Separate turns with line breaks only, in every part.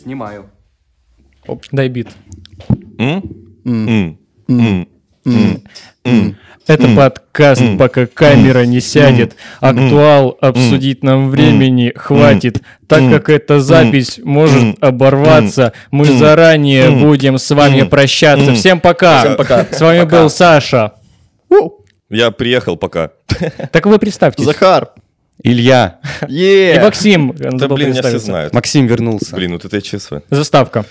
снимаю.
Дай бит. Это
М.
подкаст,
М.
пока камера не сядет. Актуал обсудить нам времени хватит. Так
М.
как эта запись может
М.
оборваться, мы
М.
заранее
М.
будем с вами
М.
прощаться.
М.
Всем пока.
Всем пока.
С вами
Пока.
был Саша.
Я приехал пока.
Так вы представьтесь.
Захар.
Илья.
И
Е.
Максим. он
Да
забыл
блин, меня все
представиться.
знают.
Максим вернулся.
Блин, вот это я честно.
Заставка.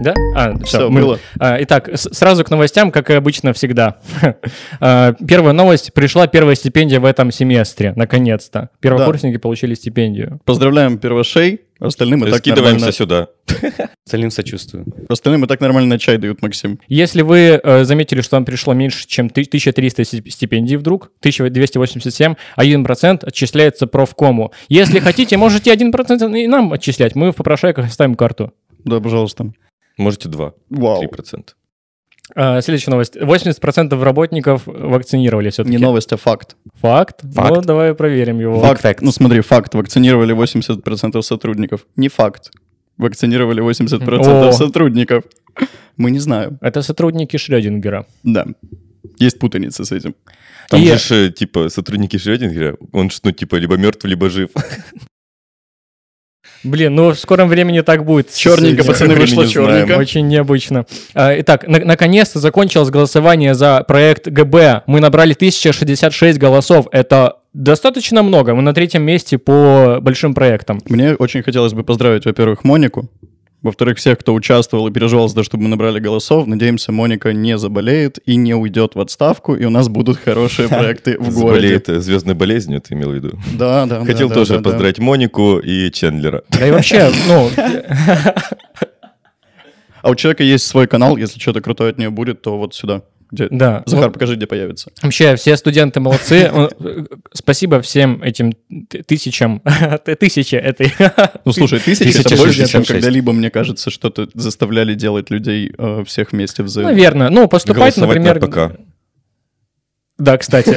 Да? А, все,
Всё, было.
итак, с- сразу к новостям, как и обычно всегда. А, Первая новость. Пришла первая стипендия в этом семестре, наконец-то. Первокурсники получили стипендию.
Поздравляем первошей. Остальным и так
Скидываемся
нормально-
сюда.
Остальным сочувствую.
Остальным и так нормально чай дают, Максим.
Если вы э, заметили, что вам пришло меньше, чем ты- 1300 стип- стипендий вдруг, 1287, 1% отчисляется профкому. Если хотите, можете 1% и нам отчислять. Мы в попрошайках оставим карту.
Да, пожалуйста.
Можете два. Три
Вау.
процента.
А, Следующая новость. 80% работников вакцинировали все-таки.
Не новость, а факт.
Факт?
Факт.
Ну, давай проверим его.
Факт.
Ну смотри, факт. Вакцинировали 80% сотрудников. Не факт. Вакцинировали 80%
О.
сотрудников. Мы не знаем.
Это сотрудники Шрёдингера.
Да. Есть путаница с этим.
Там
И-
же, ж, э, типа, сотрудники Шрёдингера, он ж, ну, типа, либо мертв, либо жив.
Блин, ну в скором времени так будет.
Черненько,
С-
пацаны,
времени
вышло
знаем.
черненько.
Очень необычно. А, Итак, на- наконец-то закончилось голосование за проект ГБ. Мы набрали 1066 голосов. Это достаточно много. Мы на третьем месте по большим проектам.
Мне очень хотелось бы поздравить, во-первых, Монику, во-вторых, всех, кто участвовал и переживал, за то, чтобы мы набрали голосов. Надеемся, Моника не заболеет и не уйдет в отставку, и у нас будут хорошие проекты в городе.
Заболеет звездной болезнью, ты имел в виду.
Да, да. да,
Хотел
да,
тоже
да, да.
поздравить Монику и Чендлера.
Да и вообще, ну,
А у человека есть свой канал, если что-то крутое от нее будет, то вот сюда. Где?
да.
Захар, покажи, где появится.
Вообще, все студенты молодцы. Он- э, Спасибо всем этим т- тысячам, т- тысяче этой.
Ну, слушай, тысяча это
тысяча
больше, чем
66.
когда-либо, мне кажется, что-то заставляли делать людей э, всех вместе взаимно.
Наверное. Ну, поступать,
Голосовать
например...
на ПК.
Да, кстати.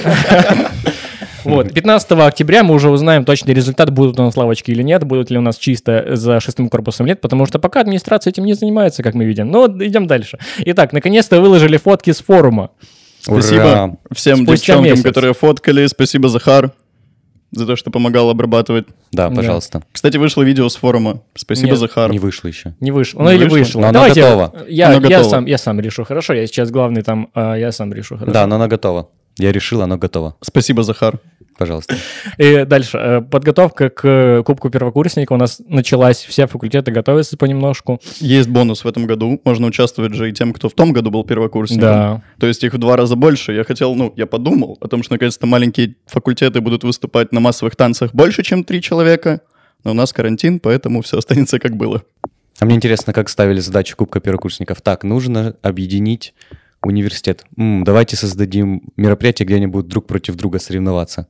Вот, 15 октября мы уже узнаем точный результат, будут у нас лавочки или нет, будут ли у нас чисто за шестым корпусом лет, потому что пока администрация этим не занимается, как мы видим. Но идем дальше. Итак, наконец-то выложили фотки с форума.
Спасибо
Ура.
всем
Спустя
девчонкам,
месяц.
которые фоткали. Спасибо, Захар, за то, что помогал обрабатывать.
Да,
Да.
пожалуйста.
Кстати, вышло видео с форума. Спасибо,
Нет,
Захар.
Не вышло еще.
Не вышло.
Не
Ну или
вышло.
вышло.
Но оно
Давайте я-
готово.
Я,
Оно
я
готово.
сам, я сам решу. Хорошо, я сейчас главный там, а, я сам решу. Хорошо.
Да, но оно готово. Я решил, оно готово.
Спасибо, Захар.
Пожалуйста.
И дальше. э, Подготовка к э, Кубку первокурсника у нас началась. Все факультеты готовятся понемножку.
Есть бонус в этом году. Можно участвовать же и тем, кто в том году был первокурсником.
Да.
То есть их в два раза больше. Я хотел, ну, я подумал о том, что наконец-то маленькие факультеты будут выступать на массовых танцах больше, чем три человека. Но у нас карантин, поэтому все останется как было.
А мне интересно, как ставили задачу Кубка первокурсников. Так, нужно объединить университет. М, давайте создадим мероприятие, где они будут друг против друга соревноваться.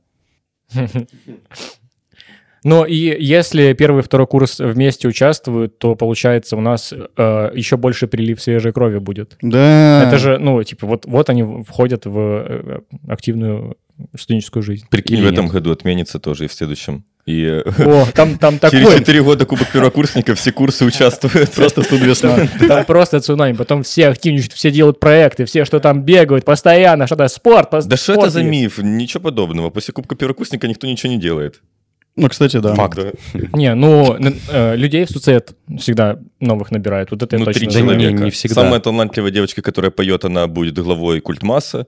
Но и если первый и второй курс вместе участвуют, то получается у нас э, еще больше прилив свежей крови будет.
А.
Да.
Это же, ну, типа, вот, вот они входят в э, активную студенческую жизнь.
Прикинь,
Или
в этом
нет?
году отменится тоже и в следующем. И э,
О, там, там
через
такой,
4 года Кубок Первокурсников все курсы участвуют.
Просто тут весна.
там просто цунами. Потом все активничают, все делают проекты, все, что там бегают постоянно, что-то спорт. пос-
Да что это
спорт
за
есть.
миф? Ничего подобного. После Кубка Первокурсника никто ничего не делает.
Ну, кстати, да.
Факт.
Да.
Не, ну, н- э, людей в СУЦЭТ всегда новых набирают. Вот это я
Ну,
точно
три
Да не,
знаю.
не,
человека.
не всегда.
Самая талантливая девочка, которая поет, она будет главой культмасса.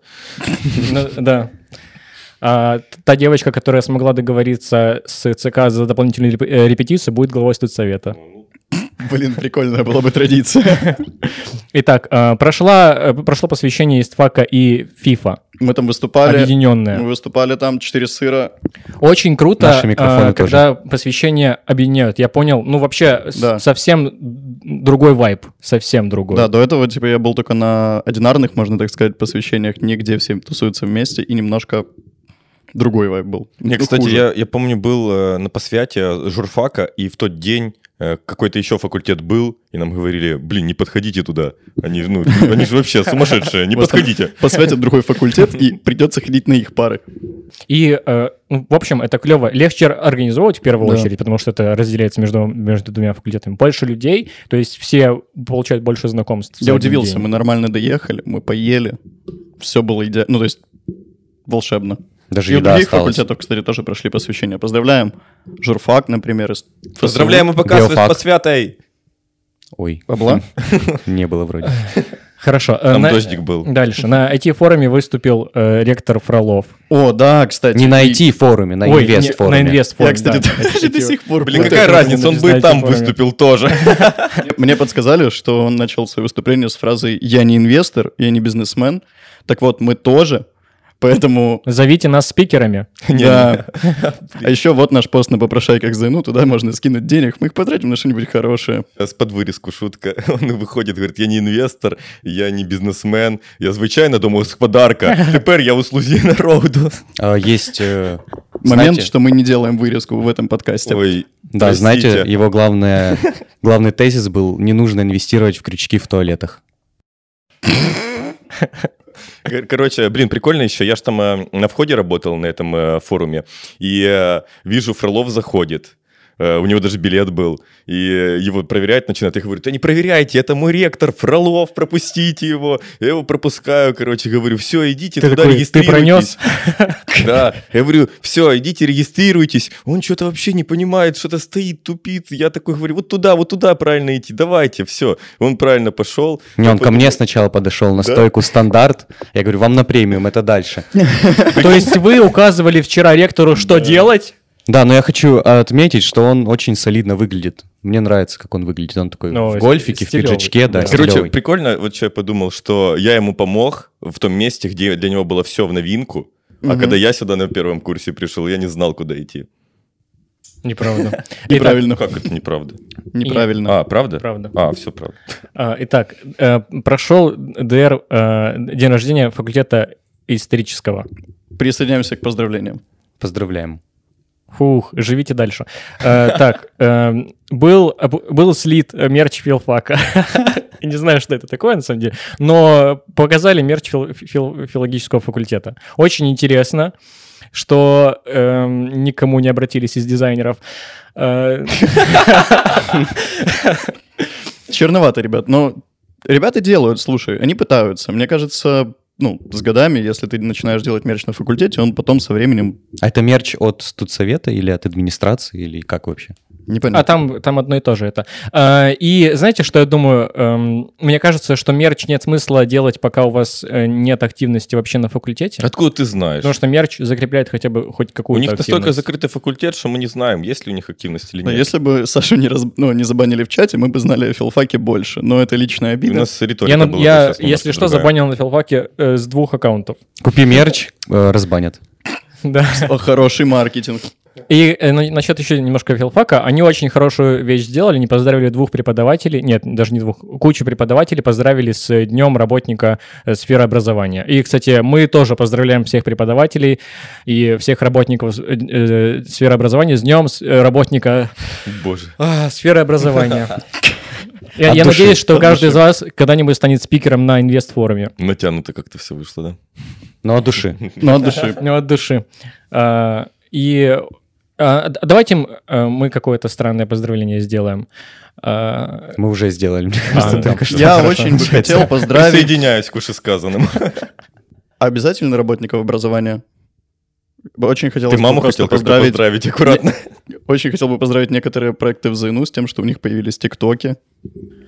Ну, Да. А, т- та девочка, которая смогла договориться с ЦК за дополнительную реп- э, репетицию, будет главой студсовета.
Блин, прикольная была бы традиция.
Итак, а, прошла, э, прошло посвящение ИСТФАКа и ФИФА,
Мы там выступали. Мы
объединенное.
выступали там, четыре сыра.
Очень круто,
Наши микрофоны
а, когда посвящение объединяют. Я понял, ну вообще с-
Да.
совсем другой вайб, совсем другой.
Да, до этого, типа, я был только на одинарных, можно так сказать, посвящениях, нигде все тусуются вместе, и немножко другой вайб был.
Не,
Ну,
кстати,
хуже.
я, я помню, был э, на посвяте журфака, и в тот день э, какой-то еще факультет был, и нам говорили, блин, не подходите туда. Они, ж, ну, они же вообще сумасшедшие, не
Вас там
подходите.
Посвятят другой факультет, и придется ходить на их пары.
И, э, ну, в общем, это клево. Легче организовывать в первую
Да.
очередь, потому что это разделяется между, между двумя факультетами. Больше людей, то есть все получают больше знакомств. за
Я
один
удивился,
день.
мы нормально доехали, мы поели, все было идеально, ну то есть волшебно.
Даже
и у
еда
других
осталась.
факультетов, кстати, тоже прошли посвящение. Поздравляем. Журфак, например, из ФСУ.
Поздравляем ИПК с
Биофак.
посвятой.
Ой,
Бабла.
не было вроде.
Хорошо. э,
Там
на-
дождик был.
Дальше. На IT-форуме выступил э, ректор Фролов.
О, да, кстати.
Не
и-
найти форуме, на
Ой, не-
инвест форуме.
На инвест-форуме,
Я, кстати,
да.
даже до сих пор...
Блин,
путаю.
какая
это
разница, он
нужно
бы и
знать,
там
я помню.
выступил тоже.
Мне подсказали, что он начал свое выступление с фразой «Я не инвестор, я не бизнесмен». Так вот, мы тоже, поэтому...
Зовите нас спикерами.
Да. А еще вот наш пост на попрошайках ЗНУ, туда можно скинуть денег, мы их потратим на что-нибудь хорошее.
С под вырезку шутка. Он выходит, говорит, я не инвестор, я не бизнесмен, я звичайно дома господарка. Тепер я у слузі народу.
А, Есть... э,
Момент,
знаете-
что мы не делаем вырезку в этом подкасте.
Ой,
Да,
простите.
знаете, его главное, главный тезис был «Не нужно инвестировать в крючки в туалетах».
Кор- Короче, блин, прикольно еще. Я ж там э, на входе работал на этом э, форуме. И э, вижу, Фролов заходит. Э, У него даже билет был. И э, его проверять начинают. Я говорю, да не проверяйте, это мой ректор Фролов, пропустите его. Я его пропускаю, короче, говорю, все, идите
Ты
туда,
такой, ты
регистрируйтесь. Да, я говорю, все, идите, регистрируйтесь. Он что-то вообще не понимает, что-то стоит, тупит. Я такой говорю, вот туда, вот туда правильно идти, давайте, все. Он правильно пошел.
Не,
Я
он ко
подумал,
мне сначала подошел на
Да?
стойку стандарт. Я говорю, вам на премиум, это дальше.
То есть вы указывали вчера ректору, что делать?
Да, но я хочу отметить, что он очень солидно выглядит. Мне нравится, как он выглядит. Он такой
Ну,
в гольфике, в
стилёвый,
пиджачке, да,
да.
Короче,
стилёвый.
прикольно, вот что я подумал, что я ему помог в том месте, где для него было все в новинку, а
Мгм.
когда я сюда на первом курсе пришел, я не знал, куда идти.
Неправда. Итак,
Неправильно.
Ну как это неправда?
Неправильно.
А, правда?
Правда.
А, все правда.
А, Итак, э, прошел ДР э, день рождения факультета исторического.
А.
Присоединяемся к поздравлениям.
Поздравляем.
Фух, живите дальше. Э, Так, эм, был об- был слит э, мерч филфака. Я Не знаю, что это такое, на самом деле. Но показали мерч фил- фил- филологического факультета. Очень интересно, что эм, никому не обратились из дизайнеров. Э,
Черновато, ребят, но ребята делают, слушай, они пытаются. Мне кажется, ну, с годами, если ты начинаешь делать мерч на факультете, он потом со временем
А это мерч от студсовета или от администрации, или как вообще?
непонятно.
А там, там одно и то же это. Э, И знаете, что я думаю? Эм, Мне кажется, что мерч нет смысла делать, пока у вас э, нет активности вообще на факультете.
Откуда ты знаешь?
Потому Ну, что мерч закрепляет хотя бы хоть
У
какую-то
них настолько
активность.
закрытый факультет, что мы не знаем, есть ли у них активность или нет.
Да, Ну, если бы Сашу не, раз- ну, не забанили в чате, мы бы знали о филфаке больше. Но это личная
И У
обида.
нас риторика
Я, на-
была бы
я,
щас немножко
если что,
другая.
забанил на филфаке э, с двух аккаунтов.
Купи мерч, э, разбанят.
Да.
Ну,
О, А хороший маркетинг.
И э, на- насчет еще немножко филфака. Они очень хорошую вещь сделали. Не поздравили двух преподавателей. Нет, даже не двух. Кучу преподавателей поздравили с днем работника э, сферы образования. И, кстати, мы тоже поздравляем всех преподавателей и всех работников э, э, сферы образования с днем с- э, работника
Боже.
а, сферы образования. Я,
От
я
души,
надеюсь, что
от
каждый из вас когда-нибудь станет спикером на инвестфоруме.
Натянуто как-то все вышло, да?
Ну, от души.
Ну, от души.
Ну, от души. А, И а, д- давайте м, а, мы какое-то странное поздравление сделаем. А,
Мы уже сделали, мне кажется,
да.
только что.
Я
Хорошо.
очень бы хотел поздравить
Присоединяюсь к вышесказанному.
обязательно работников образования. Очень хотел
Ты маму
бы просто
хотел как-то
поздравить.
поздравить аккуратно.
Очень хотел бы поздравить некоторые проекты в ЗНУ с тем, что у них появились тиктоки.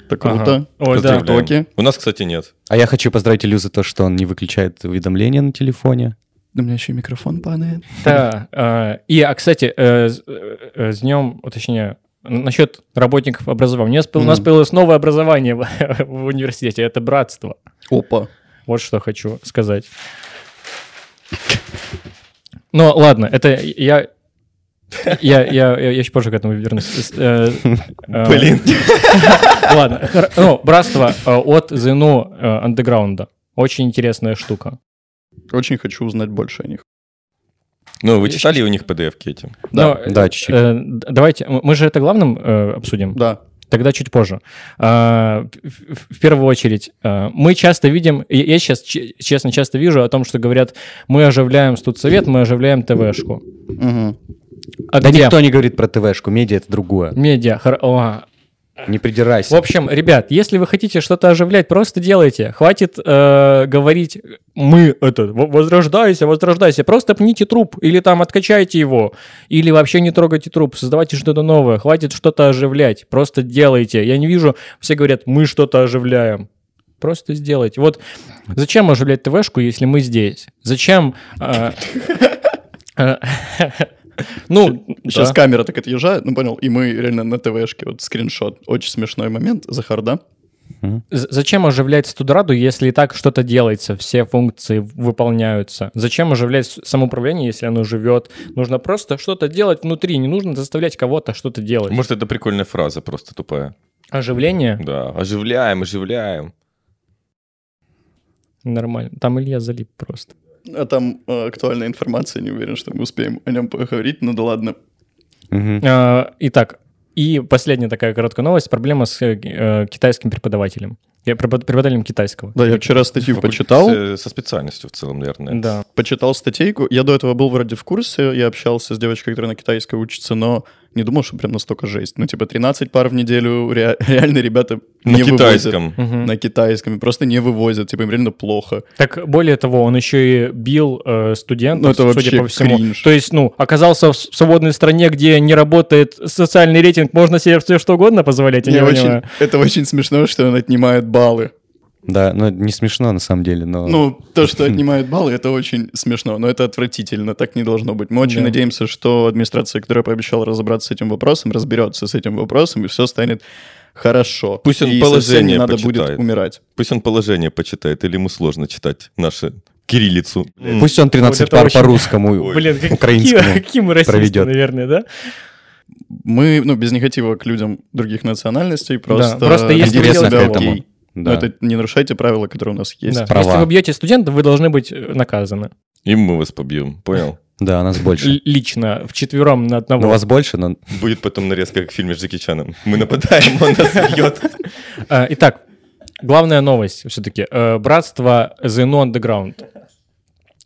Это
Ага.
круто.
Ой, да.
Поздравляем.
Тиктоки.
У нас, кстати, нет.
А я хочу поздравить Илю за то, что он не выключает уведомления на телефоне.
Да у меня еще и микрофон падает.
Да. а, И, а, кстати, э, с э, э, с днем, точнее, н- насчет работников образования. У нас пол- У нас
Мгм.
появилось новое образование в в университете. Это братство.
Опа.
Вот что хочу сказать. Но Ну, ладно, это я... Я, я, я, еще позже к этому вернусь. Э, э,
Блин.
Ладно. хор- Ну, братство э, от ЗНУ э, андеграунда. Очень интересная штука.
Очень хочу узнать больше о них.
Ну, вы читали у них PDF-ки эти?
Да,
Но,
да, чуть-чуть.
э, д- давайте, м- мы же это главным э, обсудим.
Да.
Тогда чуть позже. А, в- в в первую очередь, а, мы часто видим, я- я сейчас, честно, часто вижу о том, что говорят, мы оживляем студсовет, мы оживляем ТВшку.
Мгм.
А
Да
где?
никто не говорит про ТВшку, медиа это другое.
Медиа. хор- о.
Не
В
придирайся.
общем, ребят, если вы хотите что-то оживлять, просто делайте. Хватит э, говорить, мы это, в- возрождайся, возрождайся. Просто пните труп или там откачайте его. Или вообще не трогайте труп, создавайте что-то новое. Хватит что-то оживлять, просто делайте. Я не вижу, все говорят, мы что-то оживляем. Просто сделайте. Вот зачем оживлять ТВшку, если мы здесь? Зачем... э, э, Ну,
Сейчас
да.
камера так отъезжает, ну понял, и мы реально на ТВшке, вот скриншот. Очень смешной момент, Захар, да?
З- Зачем оживлять студраду, если и так что-то делается, все функции в- выполняются? Зачем оживлять с- самоуправление, если оно живет? Нужно просто что-то делать внутри, не нужно заставлять кого-то что-то делать.
Типа, Может, это прикольная фраза просто тупая.
Оживление?
Да, оживляем, оживляем.
Нормально. Там Илья залип просто.
А там э, актуальная информация, не уверен, что мы успеем о нем поговорить, ну да ладно.
Мгм.
А, Итак, и последняя такая короткая новость. Проблема с э, э, китайским преподавателем. Я препод- преподавателем китайского.
Да, я вчера статью
Факультет
Типа, почитал,
Со со специальностью в целом, наверное.
Да.
почитал статейку. Я до этого был вроде в курсе, я общался с девочкой, которая на китайской учится, но не думал, что прям настолько жесть. Ну, типа, 13 пар в неделю ре- реально ребята
На
не вывозят.
китайском.
Мгм.
На китайском. и Просто не вывозят, типа, им реально плохо.
Так более того, он еще и бил э, студентов,
Ну, это
судя
вообще
по всему.
кринж.
То есть, ну, оказался в с- в свободной стране, где не работает социальный рейтинг, можно себе все что угодно позволять, я
Мне
не
очень,
понимаю.
это очень смешно, что он отнимает баллы.
Да, но это не смешно на самом деле, но...
Ну, то, что отнимают баллы, это очень смешно, но это отвратительно, так не должно быть. Мы очень
Да.
надеемся, что администрация, которая пообещала разобраться с этим вопросом, разберется с этим вопросом, и все станет хорошо.
Пусть он
И совсем
положение
не надо
почитает.
будет умирать.
Пусть он положение почитает, или ему сложно читать наши кириллицу.
Пусть он 13
ну, это
пар
очень-
по-русскому,
Блин, как-
украинскому
какие, какие мы расисты,
проведет.
наверное, да?
Мы, ну, без негатива к людям других национальностей, просто...
просто есть
ведите
Интересно к
себя
этому.
окей.
Ну,
Да.
Но это не нарушайте правила, которые у нас есть.
Да.
права.
Если вы бьете студентов, вы должны быть э, наказаны.
И мы вас побьем, понял?
да, нас больше.
Л- лично, вчетвером на одного.
Ну, вас больше, но...
Будет потом нарезка, как в фильме с Джеки Чаном. Мы нападаем, он нас бьет.
А, Итак, главная новость все-таки. Братство The No Underground.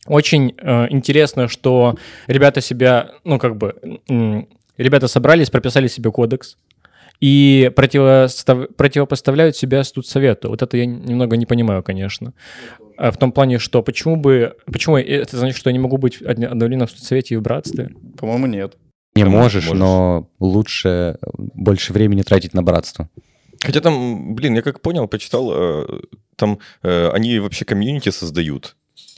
Очень э, интересно, что ребята себя, ну как бы, м, ребята собрались, прописали себе кодекс и противостав- противопоставляют себя студсовету. Вот это я немного не понимаю, конечно. А В том плане, что почему бы... Почему это значит, что я не могу быть одни- одновременно в студсовете и в братстве?
По-моему, нет.
Не
Да,
можешь,
можешь.
но лучше э, больше времени тратить на братство.
Хотя там, блин, я как понял, почитал, э, там э, они вообще комьюнити создают,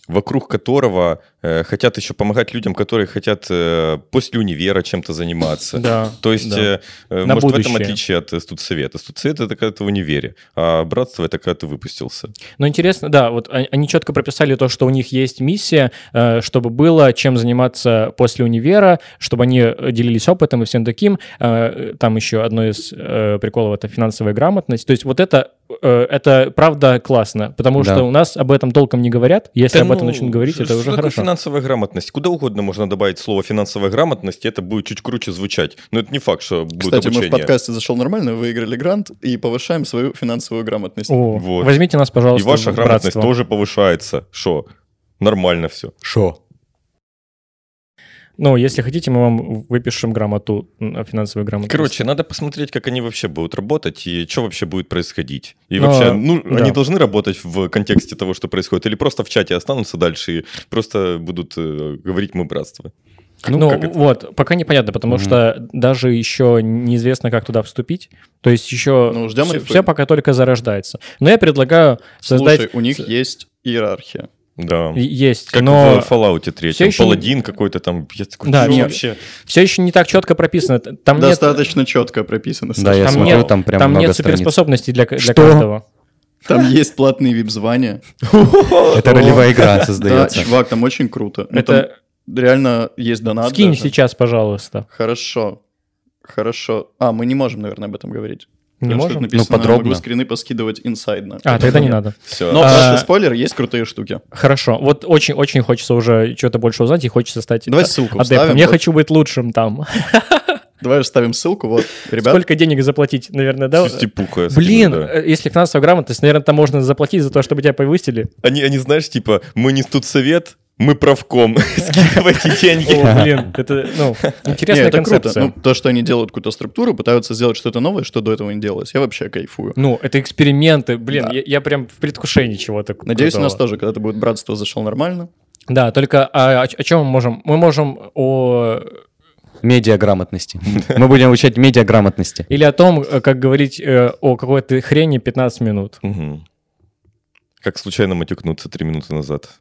вокруг которого э, хотят еще помогать людям, которые хотят э, после универа чем-то заниматься.
Да.
То есть,
да.
э, э,
На
может, в этом
будущее.
отличие от э, студсовета. Студсовет — это когда ты в универе, а братство — это когда ты выпустился.
Но интересно, да, вот о- они четко прописали то, что у них есть миссия, э, чтобы было чем заниматься после универа, чтобы они э, делились опытом и всем таким. Э, Там еще одно из э, приколов — это финансовая грамотность. То есть вот это, э, это правда классно, потому
Да.
что у нас об этом толком не говорят. Если
Да
об этом
ну,
начнут говорить,
что-
это
что
уже
такое
хорошо.
финансовая грамотность. Куда угодно можно добавить слово финансовая грамотность, и это будет чуть круче звучать. Но это не факт, что будет
Кстати, мы
обучение.
в подкасте «Зашел нормально», выиграли грант и повышаем свою финансовую грамотность.
О,
Вот.
Возьмите нас,
И
пожалуйста,
ваша
в
грамотность
братство.
тоже повышается. Шо? Нормально все.
Шо?
Ну, если хотите, мы вам выпишем грамоту, м, финансовую грамоту.
Короче, надо посмотреть, как они вообще будут работать и что вообще будет происходить. И
Ну,
вообще, ну,
да.
они должны работать в контексте того, что происходит, или просто в чате останутся дальше и просто будут э, говорить мы братство.
Ну,
как это?
вот, пока непонятно, потому
Мгм.
что даже еще неизвестно, как туда вступить. То есть еще
Ну, ждем
все,
инфы.
пока только зарождается. Но я предлагаю создать...
Слушай, у них есть иерархия.
Да.
И- Есть,
Как
но
в Fallout 3,
всё ещё не-
паладин какой-то там. Я такой,
Да,
«Чё
нет.
вообще.
все еще не так четко прописано. Т- Там нет-
Достаточно четко прописано.
Да, я
Там
смотрю,
нет-
там прям
там
много
нет
страниц.
суперспособностей для, к- для
Что?
каждого.
Там есть платные вип-звания.
Это ролевая игра
Да,
создается.
чувак, там очень круто. Ну, там
Это
реально есть донат.
скинь
даже.
сейчас, пожалуйста.
Хорошо. Хорошо. А, мы не можем, наверное, об этом говорить.
Не
Там что-то
можем?
написано,
Ну, подробно.
Могу скрины поскидывать инсайдно.
А, тогда не надо.
Все.
Но,
А,
просто спойлер, есть крутые штуки.
Хорошо. Вот очень-очень хочется уже чего-то больше узнать и хочется стать
Давай
а-
ссылку
адептом.
вставим.
Я
вот.
хочу быть лучшим там.
Давай вставим ссылку, вот, ребят.
Сколько денег заплатить, наверное, да?
Чистипуха, я скажу,
Блин,
да.
э, если финансовая грамотность, наверное, там можно заплатить за то, чтобы тебя повысили.
Они, они, знаешь, типа, мы не тут совет, мы правком. Скидывайте деньги.
О, блин, это, ну,
Не,
интересная
это круто.
концепция.
Ну, то, что они делают какую-то структуру, пытаются сделать что-то новое, что до этого не делалось. Я вообще кайфую.
Ну, это эксперименты, блин,
Да.
я, я прям в предвкушении чего-то.
Надеюсь, у
крутого.
нас тоже когда-то будет братство зашел нормально.
Да, только а, о, чем мы можем? Мы можем о
Медиаграмотности. Мы будем обучать медиаграмотности.
или о том, э, как говорить э, о какой-то хрени 15 минут.
Мгм. Как случайно матюкнуться три минуты назад.